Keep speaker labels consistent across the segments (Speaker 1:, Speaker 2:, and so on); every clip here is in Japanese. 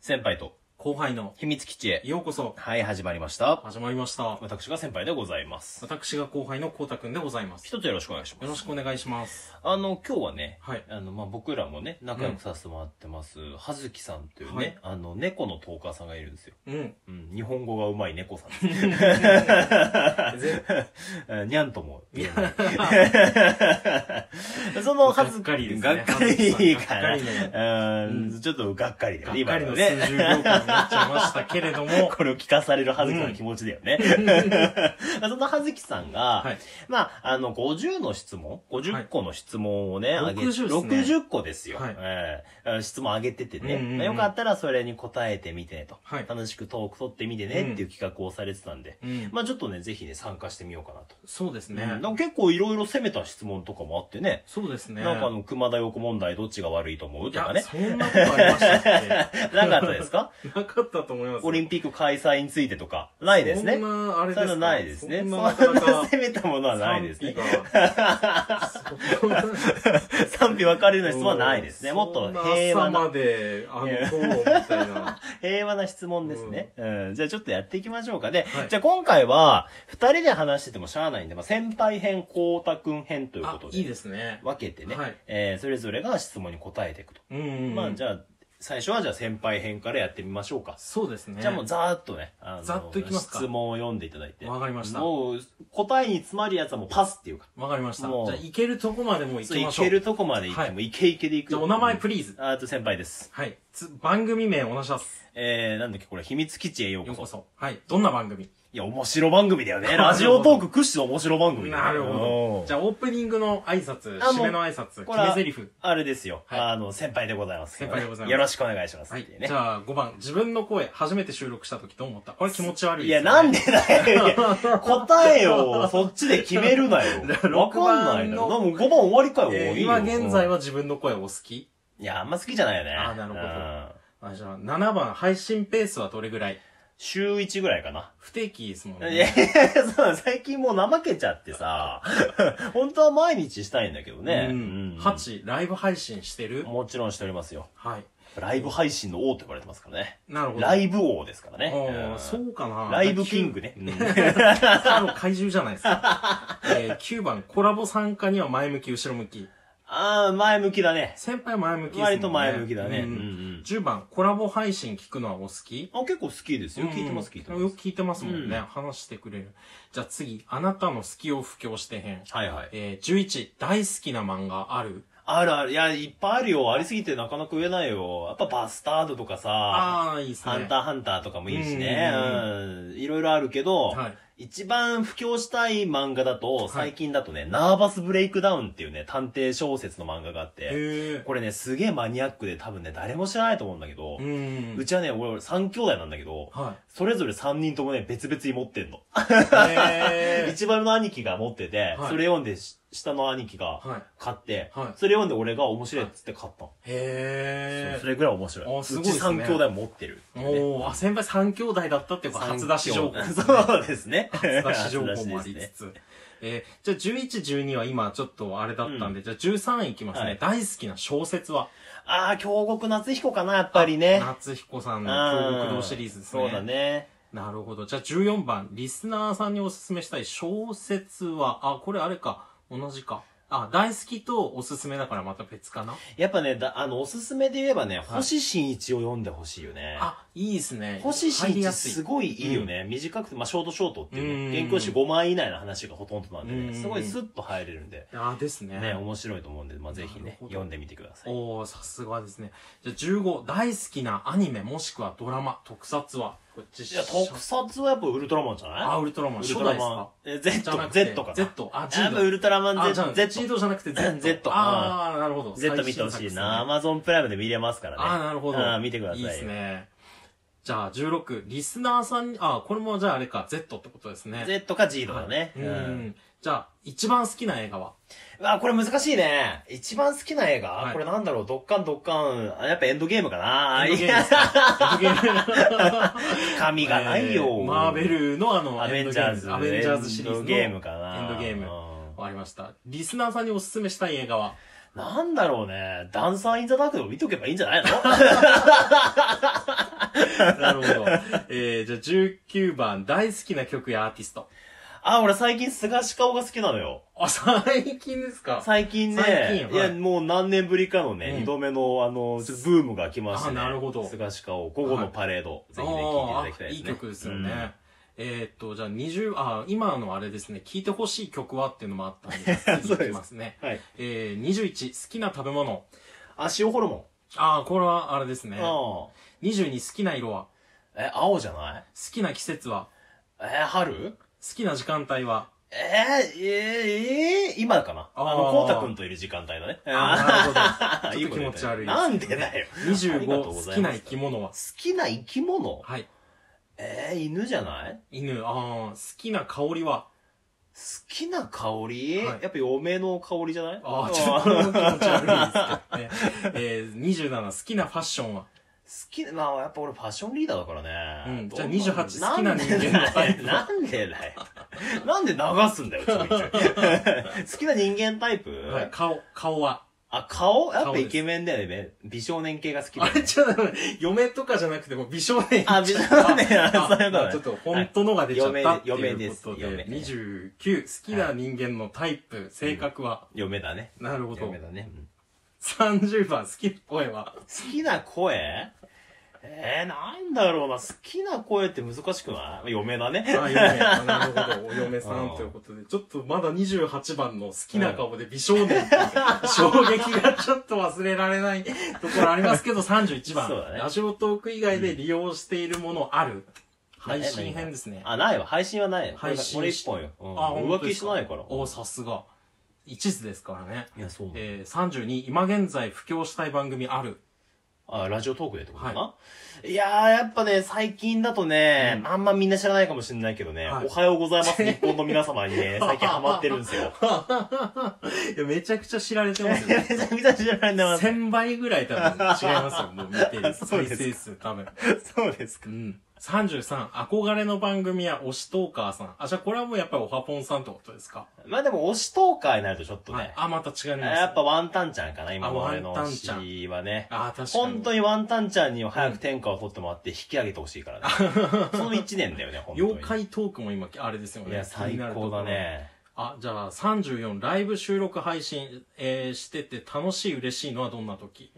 Speaker 1: 先輩と
Speaker 2: 後輩の
Speaker 1: 秘密基地へ。
Speaker 2: ようこそ
Speaker 1: はい、始まりました。
Speaker 2: 始まりました
Speaker 1: 私が先輩でございます。
Speaker 2: 私が後輩のこうたくんでございますよ
Speaker 1: 一つよろしくお願いします。
Speaker 2: ろしくお願いします
Speaker 1: あの、今日はね、
Speaker 2: はい
Speaker 1: あの、まあ、僕らもね、仲良くさせてもらってます、はずきさんというね、
Speaker 2: はい
Speaker 1: あの、猫のトーカーさんがいるんですよ。
Speaker 2: うん
Speaker 1: うん、日本語がうまい猫さんです。
Speaker 2: ぜ
Speaker 1: えにゃんとも言え ない。その、はず
Speaker 2: がっかりです
Speaker 1: が
Speaker 2: ね
Speaker 1: っかりかな。
Speaker 2: がっかり
Speaker 1: うん、ちょっとがっかりだよ
Speaker 2: が
Speaker 1: ね、
Speaker 2: っか
Speaker 1: 今
Speaker 2: りの
Speaker 1: の
Speaker 2: 数
Speaker 1: ね。
Speaker 2: 十秒間になっちゃいましたけれ ども
Speaker 1: これを聞かされるはずきさんの気持ちだよね。 そのはずきさんが、
Speaker 2: はい
Speaker 1: まあ、あの、50の質問、
Speaker 2: はい
Speaker 1: 50個の質問をね、
Speaker 2: 60
Speaker 1: あげて、
Speaker 2: ですね
Speaker 1: 60個ですよ。
Speaker 2: はい
Speaker 1: ええ質問あげててね、
Speaker 2: うんうんうん
Speaker 1: よかったらそれに答えてみてねと、
Speaker 2: はい
Speaker 1: 楽しくトーク取ってみてねっていう企画をされてたんで、
Speaker 2: うん
Speaker 1: まあちょっとね、ぜひね、参加してみようかなと。
Speaker 2: そうですね
Speaker 1: うんなんか結構いろいろ攻めた質問とかもあってね。
Speaker 2: そうですね
Speaker 1: なんかあの、熊田横問題どっちが悪いと思う
Speaker 2: い
Speaker 1: とか
Speaker 2: や
Speaker 1: ね。
Speaker 2: そんなことありましたっけ
Speaker 1: なかったですか
Speaker 2: なかったと思います
Speaker 1: オリンピック開催についてとか。ないですね
Speaker 2: そ。んなあれで
Speaker 1: そうい
Speaker 2: す
Speaker 1: う
Speaker 2: か
Speaker 1: のないですね。そん
Speaker 2: そん
Speaker 1: な
Speaker 2: ななかなか
Speaker 1: 攻めたものはないですね。
Speaker 2: 賛否
Speaker 1: 賛否分かれるような質問は
Speaker 2: が
Speaker 1: ないですね。もっと平
Speaker 2: そ
Speaker 1: 和
Speaker 2: んな
Speaker 1: な、
Speaker 2: 朝まで、あの、こう、みたいな。
Speaker 1: 平和な質問ですね。うん。じゃあちょっとやっていきましょうか。で
Speaker 2: は、い
Speaker 1: じゃあ今回は、二人で話しててもしゃあないんで、まあ先輩編、光太くん編 というこ
Speaker 2: あ、
Speaker 1: と
Speaker 2: いい
Speaker 1: で、
Speaker 2: ですね。
Speaker 1: 分けてね
Speaker 2: はい、
Speaker 1: えーそれぞれが質問に答えていくと。
Speaker 2: うんうんうん。
Speaker 1: まあじ
Speaker 2: ゃ
Speaker 1: ゃあ、最初はじゃあ先輩編からやってみましょうか。
Speaker 2: そうですね。
Speaker 1: じゃあもうざーっとね、あの
Speaker 2: ざっといきますか
Speaker 1: 質問を読んでいただいて。
Speaker 2: わかりました
Speaker 1: もう、答えに詰まるやつはもうパスっていうか。
Speaker 2: わかりました。じ
Speaker 1: もう
Speaker 2: ゃあ、行けるとこまでも行
Speaker 1: そう
Speaker 2: き
Speaker 1: い
Speaker 2: ましょう。
Speaker 1: けるとこまで行っても、、
Speaker 2: はい
Speaker 1: けいけで行く
Speaker 2: じゃ
Speaker 1: よ。
Speaker 2: あ、お名前
Speaker 1: うん
Speaker 2: プリーズ。
Speaker 1: あと先輩です。
Speaker 2: はい。つ番組名お願いします。
Speaker 1: えー、なんだっけ、これ、秘密基地へよう
Speaker 2: よ
Speaker 1: こ
Speaker 2: う
Speaker 1: そ。
Speaker 2: こそ。はい。どんな番組
Speaker 1: いや、面白番組だ よね。
Speaker 2: なるほど
Speaker 1: ラジオトーク屈指の面白番組だよ
Speaker 2: なるほど。じ
Speaker 1: ゃ
Speaker 2: ゃあ、オープニングの挨拶、
Speaker 1: あも
Speaker 2: 締
Speaker 1: う
Speaker 2: めの挨拶、
Speaker 1: これは
Speaker 2: 決め台詞。
Speaker 1: あ、あれですよ。
Speaker 2: はい
Speaker 1: あの、先輩でございます。
Speaker 2: 先輩でございます
Speaker 1: よろしくお願いします。
Speaker 2: は
Speaker 1: っ
Speaker 2: い
Speaker 1: てう。ね
Speaker 2: じゃあ、5番。自分の声、初めて収録した時どう思ったこれ気持ち悪い
Speaker 1: い
Speaker 2: で
Speaker 1: や、
Speaker 2: すね。
Speaker 1: なんでだよ。いや答えをそっちで決めるな よ。わかんないだろ。もう5番終わりかよ。
Speaker 2: えー
Speaker 1: もういいよ
Speaker 2: 今現在。は自分の声お好き
Speaker 1: いや、あんま好きじゃないよね。
Speaker 2: あなるほど
Speaker 1: うん
Speaker 2: あじゃあ、7番、配信ペースはどれぐらい
Speaker 1: 週1ぐらいかな。
Speaker 2: 不定期ですもん
Speaker 1: いや
Speaker 2: ね。
Speaker 1: いやそう、最近もう怠けちゃってさ。 本当は毎日したいんだけどね。
Speaker 2: う
Speaker 1: うん
Speaker 2: ん。8、ライブ配信してる
Speaker 1: もちろんしておりますよ。
Speaker 2: はい。
Speaker 1: ライブ配信の王と呼ばれてますからね。
Speaker 2: なるほど。
Speaker 1: ライブ王ですからね。
Speaker 2: あ
Speaker 1: う
Speaker 2: あ、
Speaker 1: ん
Speaker 2: そうかな。
Speaker 1: ライブキング
Speaker 2: ね。
Speaker 1: ね。うん
Speaker 2: あの、怪獣じゃないですか。えー、9番、コラボ参加には前向き、後ろ向き。
Speaker 1: ああ、前向きだね。
Speaker 2: 先輩前向きですもんね。
Speaker 1: 割と前向きだね。
Speaker 2: うん
Speaker 1: うんうん
Speaker 2: 10番、コラボ配信聞くのはお好き
Speaker 1: あ、結構好きですよ。聞いてます、
Speaker 2: うん
Speaker 1: 聞いて
Speaker 2: よ
Speaker 1: ます。
Speaker 2: く聞いてますもんね。
Speaker 1: う
Speaker 2: 話してくれる。じゃあ次、あなたの好きを布教してへん。
Speaker 1: はいはい。
Speaker 2: えー、11、大好きな漫画ある
Speaker 1: あるある。いや、いっぱいあるよ。ありすぎてなかなか言えないよ。やっぱバスタードとかさ、
Speaker 2: ああー、いいですね。
Speaker 1: ハンターハンターとかもいいしね。
Speaker 2: う
Speaker 1: うん。
Speaker 2: うん
Speaker 1: いろいろあるけど、
Speaker 2: はい
Speaker 1: 一番布教したい漫画だと、最近だとね、ナーバスブレイクダウンっていうね、探偵小説の漫画があって、
Speaker 2: へえ。
Speaker 1: これね、すげえマニアックで多分ね、誰も知らないと思うんだけど
Speaker 2: う、ん。
Speaker 1: うちはね、俺、3兄弟なんだけど、
Speaker 2: は
Speaker 1: それぞれ3人ともね、別々に持ってんの。
Speaker 2: い。へえ。
Speaker 1: 一番の兄貴が持ってて、
Speaker 2: はい
Speaker 1: それ読んでし、下の兄貴が
Speaker 2: はい
Speaker 1: 買って、
Speaker 2: はい
Speaker 1: それ読んで俺が面白いっつって買ったの。
Speaker 2: へ
Speaker 1: そうそれぐらい面白い。
Speaker 2: あすご
Speaker 1: う
Speaker 2: いで
Speaker 1: ち
Speaker 2: すね
Speaker 1: 三兄弟持ってる。
Speaker 2: え。おー、あ、先輩三兄弟だったっていうか、初出し情報。
Speaker 1: 三兄弟そうですね。
Speaker 2: 初出し情報もあり
Speaker 1: 初出しで
Speaker 2: つ
Speaker 1: すね
Speaker 2: つ。えーじゃあ11、12は今ちょっとあれだったんで、じゃあ13いきますね、
Speaker 1: はい
Speaker 2: 大好きな小説は、
Speaker 1: ああ、京極夏彦かな、やっぱりね。
Speaker 2: 夏彦さんの
Speaker 1: あ
Speaker 2: 京
Speaker 1: ー
Speaker 2: 極堂シリーズですね。
Speaker 1: そうだ。ね。
Speaker 2: なるほど。じゃあ14番、リスナーさんにおすすめしたい小説は、あ、これあれか、同じか。あ、大好きとおすすめだからまた別かな。
Speaker 1: やっぱね、だあの、おすすめで言えばね、星新一を読んでほしいよね。
Speaker 2: あ、いいですね。
Speaker 1: 星新
Speaker 2: 入り
Speaker 1: 一
Speaker 2: やすい
Speaker 1: すごいいいよね。短くて、まあ、ショートショートっていう
Speaker 2: うん
Speaker 1: ね、原稿紙5枚以内の話がほとんどなんで
Speaker 2: うん
Speaker 1: ね、すごいスッと入れるんで、
Speaker 2: あ、ですね。
Speaker 1: ね、面白いと思うんで、まあ、ぜひ
Speaker 2: なる
Speaker 1: ね
Speaker 2: ほ、ど
Speaker 1: 読んでみてください。
Speaker 2: おー、さすがですね。じゃあ15、大好きなアニメもしくはドラマ、特撮は、こっち
Speaker 1: いや、特撮はやっぱウルトラマンじゃない
Speaker 2: あ、ウルトラマン、初代ですか
Speaker 1: え、
Speaker 2: じゃ
Speaker 1: Z、
Speaker 2: なくて
Speaker 1: Z かな。
Speaker 2: Z、あ、ジ
Speaker 1: や
Speaker 2: ー
Speaker 1: っ
Speaker 2: ド
Speaker 1: ぱウ。ルトラマ
Speaker 2: あ、
Speaker 1: ン
Speaker 2: じゃあ、
Speaker 1: Z、
Speaker 2: ジー
Speaker 1: Z、
Speaker 2: ドじゃなくて Z。
Speaker 1: Z
Speaker 2: あー、なるほど。
Speaker 1: Z 見てほしいな。ア
Speaker 2: あ
Speaker 1: マゾンプライムで見れますからね。
Speaker 2: あー、なるほど。
Speaker 1: あー見てください
Speaker 2: いい
Speaker 1: よ
Speaker 2: ですね。じゃあ、16、リスナーさんに、あ、これもじゃああれか、Z ってことですね。
Speaker 1: Z か G とかね。
Speaker 2: う
Speaker 1: うん。
Speaker 2: ん。じゃあ、一番好きな映画は
Speaker 1: あ、これ難しいね。一番好きな映画、
Speaker 2: はい
Speaker 1: これなんだろうドッカンドッカン。あやっぱエンドゲームかな
Speaker 2: エンドゲ
Speaker 1: い
Speaker 2: ー
Speaker 1: や
Speaker 2: ムですかエンドゲーム
Speaker 1: 神がないよ、
Speaker 2: えーマーベルのあの、
Speaker 1: アベンジャーズ。
Speaker 2: エンドゲームアベンジャーズシリーズ
Speaker 1: エン
Speaker 2: の
Speaker 1: ドゲームかな
Speaker 2: エンドゲーム
Speaker 1: うん
Speaker 2: わかりました。リスナーさんにおすすめしたい映画は
Speaker 1: なんだろうね。ダンサーインザダークでも見とけばいいんじゃないの
Speaker 2: なるほど。えー、じゃあ19番、大好きな曲やアーティスト。
Speaker 1: あ、俺最近菅氏顔が好きなのよ。
Speaker 2: あ、最近ですか
Speaker 1: 最近ね、
Speaker 2: 最近
Speaker 1: い、
Speaker 2: はい
Speaker 1: や、もう何年ぶりかのね、
Speaker 2: うん
Speaker 1: 二度目の、あの、ちょっとブームが来ましたね。
Speaker 2: あなるほど
Speaker 1: 菅氏顔、午後のパレード、ぜひね、聴いていただきたいですね。
Speaker 2: あーあいい曲ですよ
Speaker 1: うん
Speaker 2: ね。えーっと、じゃあ20、あ、今のあれですね、聴いてほしい曲はっていうのもあったんで、
Speaker 1: そうで
Speaker 2: 次い
Speaker 1: す
Speaker 2: きますね。
Speaker 1: はい。
Speaker 2: えー、21、好きな食べ物。
Speaker 1: あ、塩ホルモ
Speaker 2: ああ、これはあれですね
Speaker 1: ン。。あ
Speaker 2: 22、好きな色は
Speaker 1: あ。え、青じゃない
Speaker 2: 好きな季節は
Speaker 1: えー、春
Speaker 2: 好きな時間帯は
Speaker 1: えー、えー、えー、今かな
Speaker 2: あー
Speaker 1: あの、こうたくんといる時間帯だね。
Speaker 2: あ
Speaker 1: あ
Speaker 2: ーなるほど。ちょっと気持ち悪い。
Speaker 1: なんでだよ。ありがとうご
Speaker 2: 25、好
Speaker 1: ざ
Speaker 2: き
Speaker 1: いま
Speaker 2: な
Speaker 1: す
Speaker 2: 生き物は
Speaker 1: 好きな生き物
Speaker 2: はい。
Speaker 1: えー、犬じゃない
Speaker 2: 犬、ああ、好きな香りは
Speaker 1: 好きな香り、
Speaker 2: はい
Speaker 1: やっぱ嫁の香りじゃない
Speaker 2: ああ、ちょっとこれも気持ち悪いですけどね。えー、27、好きなファッションは
Speaker 1: 好きな、まあ、やっぱ俺ファッションリーダーだからね。
Speaker 2: うん
Speaker 1: どん
Speaker 2: じゃあ28好きな人間のタイプ
Speaker 1: なんでだよ。なんでだよなんで流すんだよ、ちょいちょい 好きな人間タイプ、
Speaker 2: はい顔、顔は
Speaker 1: あ、顔やっぱ
Speaker 2: 顔です
Speaker 1: イケメンだよね。美少年系が好きだ
Speaker 2: あ
Speaker 1: よ
Speaker 2: れ、
Speaker 1: ね。
Speaker 2: ちょっと、嫁とかじゃなくて、もう美少年。
Speaker 1: あ美少年
Speaker 2: あ
Speaker 1: あそういうことね
Speaker 2: まあちょっと、本当のが出ちゃったって
Speaker 1: はい嫁
Speaker 2: い
Speaker 1: で
Speaker 2: うことで、
Speaker 1: 嫁です嫁
Speaker 2: 29、好きな人間のタイプ、性格は、
Speaker 1: 嫁だね。
Speaker 2: なるほど
Speaker 1: 嫁。だね。うん
Speaker 2: 30番、好きな声は、
Speaker 1: 好きな声えー、なんだろうな。好きな声って難しくない嫁だね。
Speaker 2: あ、嫁。あなるほど。お嫁さ
Speaker 1: うんん
Speaker 2: ということで、ちょっとまだ28番の好きな顔で美少年っていう衝撃がちょっと忘れられないところありますけど、31 番
Speaker 1: そうだ、ね
Speaker 2: ラジオトーク以外で利用しているものある配信編ですね。
Speaker 1: あ、ないわ。配信はない。
Speaker 2: 配信
Speaker 1: これ一本よ。うん
Speaker 2: あ、本当
Speaker 1: 浮
Speaker 2: で
Speaker 1: 気
Speaker 2: す
Speaker 1: しないから。
Speaker 2: お、さすが。一途ですからね。
Speaker 1: いや、そうだ
Speaker 2: えー、32、今現在布教したい番組ある。
Speaker 1: あ、ラジオトークでってことかな、い、やー、やっぱね、最近だとね、あんまみんな知らないかもしれないけどね、
Speaker 2: はい
Speaker 1: おはようございま す、日本の皆様にね、最近ハマってるんですよ。
Speaker 2: いや、 めちゃくちゃ知られてます
Speaker 1: い や
Speaker 2: よ。
Speaker 1: めちゃくちゃ知らないんだな。
Speaker 2: 1000倍ぐらい多分違いますよ。もう見て る
Speaker 1: そう
Speaker 2: 再
Speaker 1: ですか
Speaker 2: 生数多分。
Speaker 1: そうですか
Speaker 2: う。ん。33、憧れの番組や推しトーカーさん。あ、じゃあこれはもうやっぱりオハポンさんってことですか、
Speaker 1: まあでも、推しトーカーになるとちょっとね、
Speaker 2: はい。あ、また違います。
Speaker 1: やっぱワンタンちゃんかな、今の
Speaker 2: あ
Speaker 1: 俺の
Speaker 2: ワンタンちゃん
Speaker 1: 推しはね。
Speaker 2: あ、確かに。
Speaker 1: 本当
Speaker 2: に。
Speaker 1: にワンタンちゃんには早く天下を取ってもらって引き上げてほしい からね。その一年だよね、本当に。
Speaker 2: 妖怪トークも今、あれですよね。
Speaker 1: いや、
Speaker 2: 気に
Speaker 1: 最
Speaker 2: なるとこ
Speaker 1: 高
Speaker 2: ろ
Speaker 1: だ。ね。
Speaker 2: あ、じゃあ34、ライブ収録配信、えーしてて楽しい嬉しいのはどんな時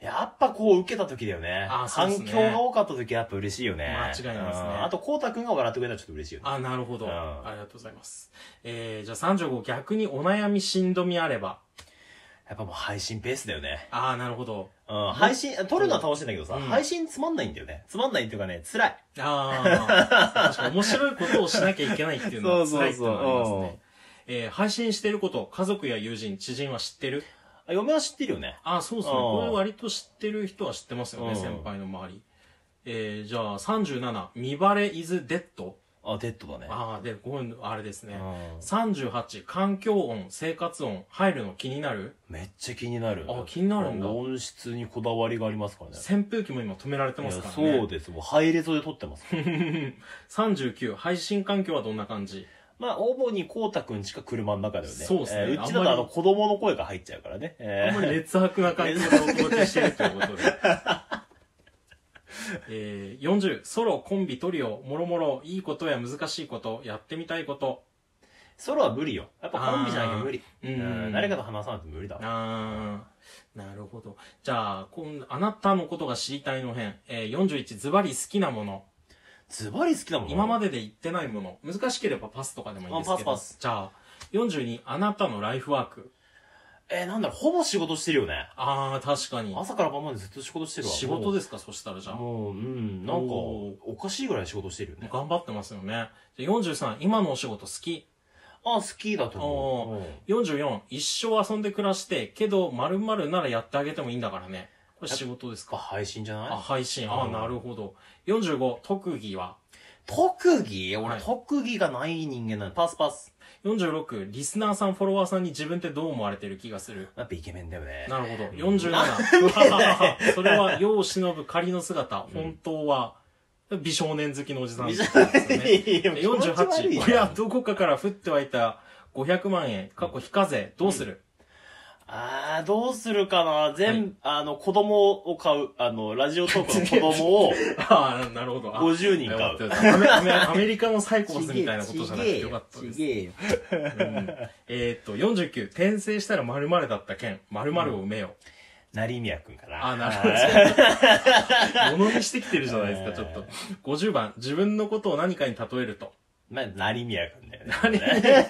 Speaker 1: やっぱこう受けた時だよね。
Speaker 2: あそうっす
Speaker 1: 反
Speaker 2: ね
Speaker 1: 響が多かった時はやっぱ嬉しいよね。
Speaker 2: 間違いないですね
Speaker 1: うんあと、こうたくんが笑ってくれたらちょっと嬉しいよね。
Speaker 2: あ、なるほど。
Speaker 1: うん
Speaker 2: ありがとうございます。えー、じゃあ35、逆にお悩みしんどみあれば。
Speaker 1: やっぱもう配信ベースだよね。
Speaker 2: あー、なるほど。
Speaker 1: うん。配信、撮るのは楽しいんだけどさ、
Speaker 2: うん
Speaker 1: 配信つまんないんだよね。つまんないっていうかね、辛い。
Speaker 2: ああ、確かに面白いことをしなきゃいけないっていうのは辛いっていうのはあり
Speaker 1: そうそう
Speaker 2: ます
Speaker 1: そううん
Speaker 2: ね。えー配信してること、家族や友人、知人は知ってる
Speaker 1: あ嫁は知ってるよね。
Speaker 2: ああ、そうですね。
Speaker 1: うん
Speaker 2: これ割と知ってる人は知ってますよ
Speaker 1: う
Speaker 2: ね、
Speaker 1: ん
Speaker 2: 先輩の周り。えー、じゃあ37、見バレ is dead?
Speaker 1: あ、デッドだね。
Speaker 2: ああ、で、こういうのあれですね。
Speaker 1: うん
Speaker 2: 38、環境音、生活音、入るの気になる
Speaker 1: めっちゃ気になる。
Speaker 2: あ気になるんだ
Speaker 1: 音質にこだわりがありますからね。
Speaker 2: 扇風機も今止められて
Speaker 1: いや
Speaker 2: ますからね。
Speaker 1: そうです。もうハイレゾで撮ってます。
Speaker 2: 39、配信環境はどんな感じ
Speaker 1: まあ、主にこうたくんしか車の中だよね。
Speaker 2: そうですね
Speaker 1: えーうちだと
Speaker 2: あ
Speaker 1: あ
Speaker 2: んまり
Speaker 1: の子供の声が入っちゃうからね。え
Speaker 2: あ
Speaker 1: ー
Speaker 2: んまり劣悪 な環境でお届けしてるということで。えー、40、ソロ、コンビ、トリオ、もろもろ、いいことや難しいこと、やってみたいこと。
Speaker 1: ソロは無理よ。やっぱコンビじゃなきゃ無理。
Speaker 2: う
Speaker 1: うんん。誰かと話さないと無理だわ。
Speaker 2: あーなるほど。じゃあ、こんあなたのことが知りたいの編、えー、41、ズバリ好きなもの。
Speaker 1: ズバリ好きだもん
Speaker 2: 今ま
Speaker 1: で。
Speaker 2: でで言ってないもの。難しければパスとかでもいいですけど。
Speaker 1: あパスパス
Speaker 2: じゃあ、42、あなたのライフワーク。
Speaker 1: えー、なんだろう、ほぼ仕事してるよね。
Speaker 2: ああ、確かに。
Speaker 1: 朝から晩までずっと仕事してるわ。
Speaker 2: 仕事
Speaker 1: で
Speaker 2: ですか、そしたらじゃあ。
Speaker 1: もう、うん、なんか、
Speaker 2: お
Speaker 1: おかしいぐらい仕事してるよね。
Speaker 2: 頑張ってますよね。じゃあ43、今のお仕事好き。
Speaker 1: あ、好きだと思う。うん
Speaker 2: 44、一生遊んで暮らして、けど、〇〇ならやってあげてもいいんだからね。これ仕事です
Speaker 1: あ
Speaker 2: か
Speaker 1: 配信じゃ
Speaker 2: あ、
Speaker 1: ない
Speaker 2: 配信。あ、
Speaker 1: うん
Speaker 2: なるほど。45、特技は。
Speaker 1: 特技
Speaker 2: は
Speaker 1: 俺、
Speaker 2: い
Speaker 1: 特技がない人間なの。パスパス。
Speaker 2: 46、リスナーさん、フォロワーさんに自分ってどう思われてる気がする。
Speaker 1: やっぱイケメンだよね。
Speaker 2: なるほど。47、それ は、世を忍ぶ仮の姿、本当は、美少年好きのおじさん ですよね。
Speaker 1: 48
Speaker 2: 48、親、どこかから降って湧いた500万円、過去非課税、どうする
Speaker 1: ああ、どうするかな全、あの、子供を買う、あの、ラジオトークの子供を
Speaker 2: ああ、なるほど。あ
Speaker 1: 50人買
Speaker 2: よ
Speaker 1: う。
Speaker 2: かったアメ アメアメリカのサイコパスみたいなことじゃなくてよかったです
Speaker 3: ち。げえよ。
Speaker 2: うんえーっと、49、転生したら〇〇だった件、〇〇を埋めよ。
Speaker 1: 成宮くんかな。
Speaker 2: あ、なるほ
Speaker 1: はい
Speaker 2: ど。物にしてきてるじゃないですか、ちょっと。50番、自分のことを何かに例えると。
Speaker 1: まあ、成宮くんだよね。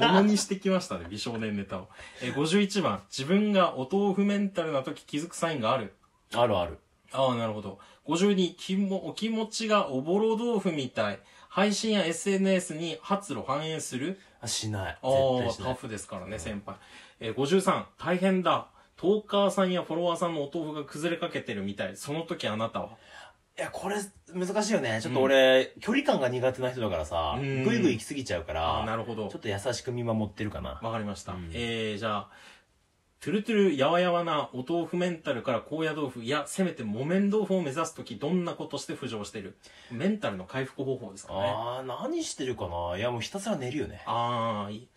Speaker 2: 物にしてきましたね、美少年ネタを。えー、51番、自分がお豆腐メンタルな時気づくサインが ある。
Speaker 1: あるある。
Speaker 2: ああ、なるほど。52、きも、お気持ちがおぼろ豆腐みたい。配信や SNS に発露反映する
Speaker 1: あ、しない。
Speaker 2: あ
Speaker 1: 絶対
Speaker 2: あ、
Speaker 1: しな
Speaker 2: タ
Speaker 1: い。
Speaker 2: フですからね、先輩。えー、53、大変だ。トーカーさんやフォロワーさんのお豆腐が崩れかけてるみたい。その時あなたはい
Speaker 1: や、これ、難しいよね。ちょっと俺、距離感が苦手な人だからさ、
Speaker 2: う
Speaker 1: ぐ
Speaker 2: ん
Speaker 1: いぐい行き過ぎちゃうか
Speaker 2: ああ、な
Speaker 1: ら、
Speaker 2: るほど
Speaker 1: ちょっ。と優しく見守ってるかな。
Speaker 2: わかりました。
Speaker 1: うん
Speaker 2: えー、じゃあ、トゥルトゥルやわやわなお豆腐メンタルから高野豆腐、いや、せめて木綿豆腐を目指す時どんなことして浮上してるメンタルの回復方法ですかね。
Speaker 1: ああ、何してるかないや、もうひたすら寝るよね。
Speaker 2: ああ、いい。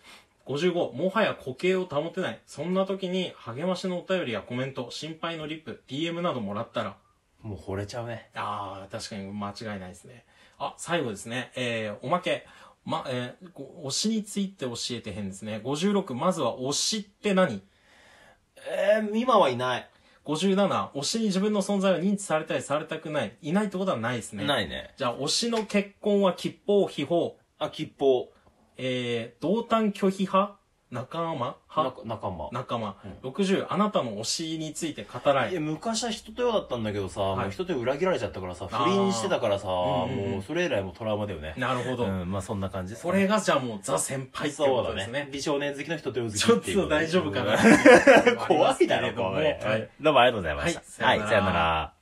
Speaker 2: 55、もはや固形を保てない。そんな時に、励ましのお便りやコメント、心配のリップ、DM などもらったら、
Speaker 1: もう惚れちゃうね。
Speaker 2: ああ、確かに間違いないですね。あ、最後ですね。えー、おまけ。ま、えー、こ推しについて教えて編ですね。56、まずは推しって何
Speaker 1: えー、今はいない。
Speaker 2: 57、推しに自分の存在を認知されたい、されたくない。いないってことはないですね。い。
Speaker 1: いね。
Speaker 2: じゃあ、推しの結婚は吉報、秘宝。
Speaker 1: あ、吉報。
Speaker 2: えー、同担拒否派仲間
Speaker 1: な
Speaker 2: 派
Speaker 1: 仲間。
Speaker 2: 仲間、60あなたの推しについて語ら
Speaker 1: いや、
Speaker 2: い
Speaker 1: 昔は人とよだったんだけどさ、
Speaker 2: い
Speaker 1: もう人とよ裏切られちゃったからさ、
Speaker 2: あー
Speaker 1: 不倫してたからさ、
Speaker 2: うんうんうん
Speaker 1: もうそれ以来もトラウマだよね。
Speaker 2: なるほど、
Speaker 1: うん、まあそんな感じです、
Speaker 2: これがじゃあもうザ先輩って
Speaker 1: そ
Speaker 2: こ
Speaker 1: う
Speaker 2: と
Speaker 1: だ
Speaker 2: です
Speaker 1: ね
Speaker 2: ね。
Speaker 1: 美少年好きの人とよ好き
Speaker 2: ちょっ
Speaker 1: っていうことで
Speaker 2: 大丈夫かな
Speaker 1: 怖いだろ、
Speaker 2: こ
Speaker 1: 怖い
Speaker 2: れ。はい。
Speaker 1: どうもありがとうございました。
Speaker 2: はいさよなら
Speaker 1: はい、さよなら。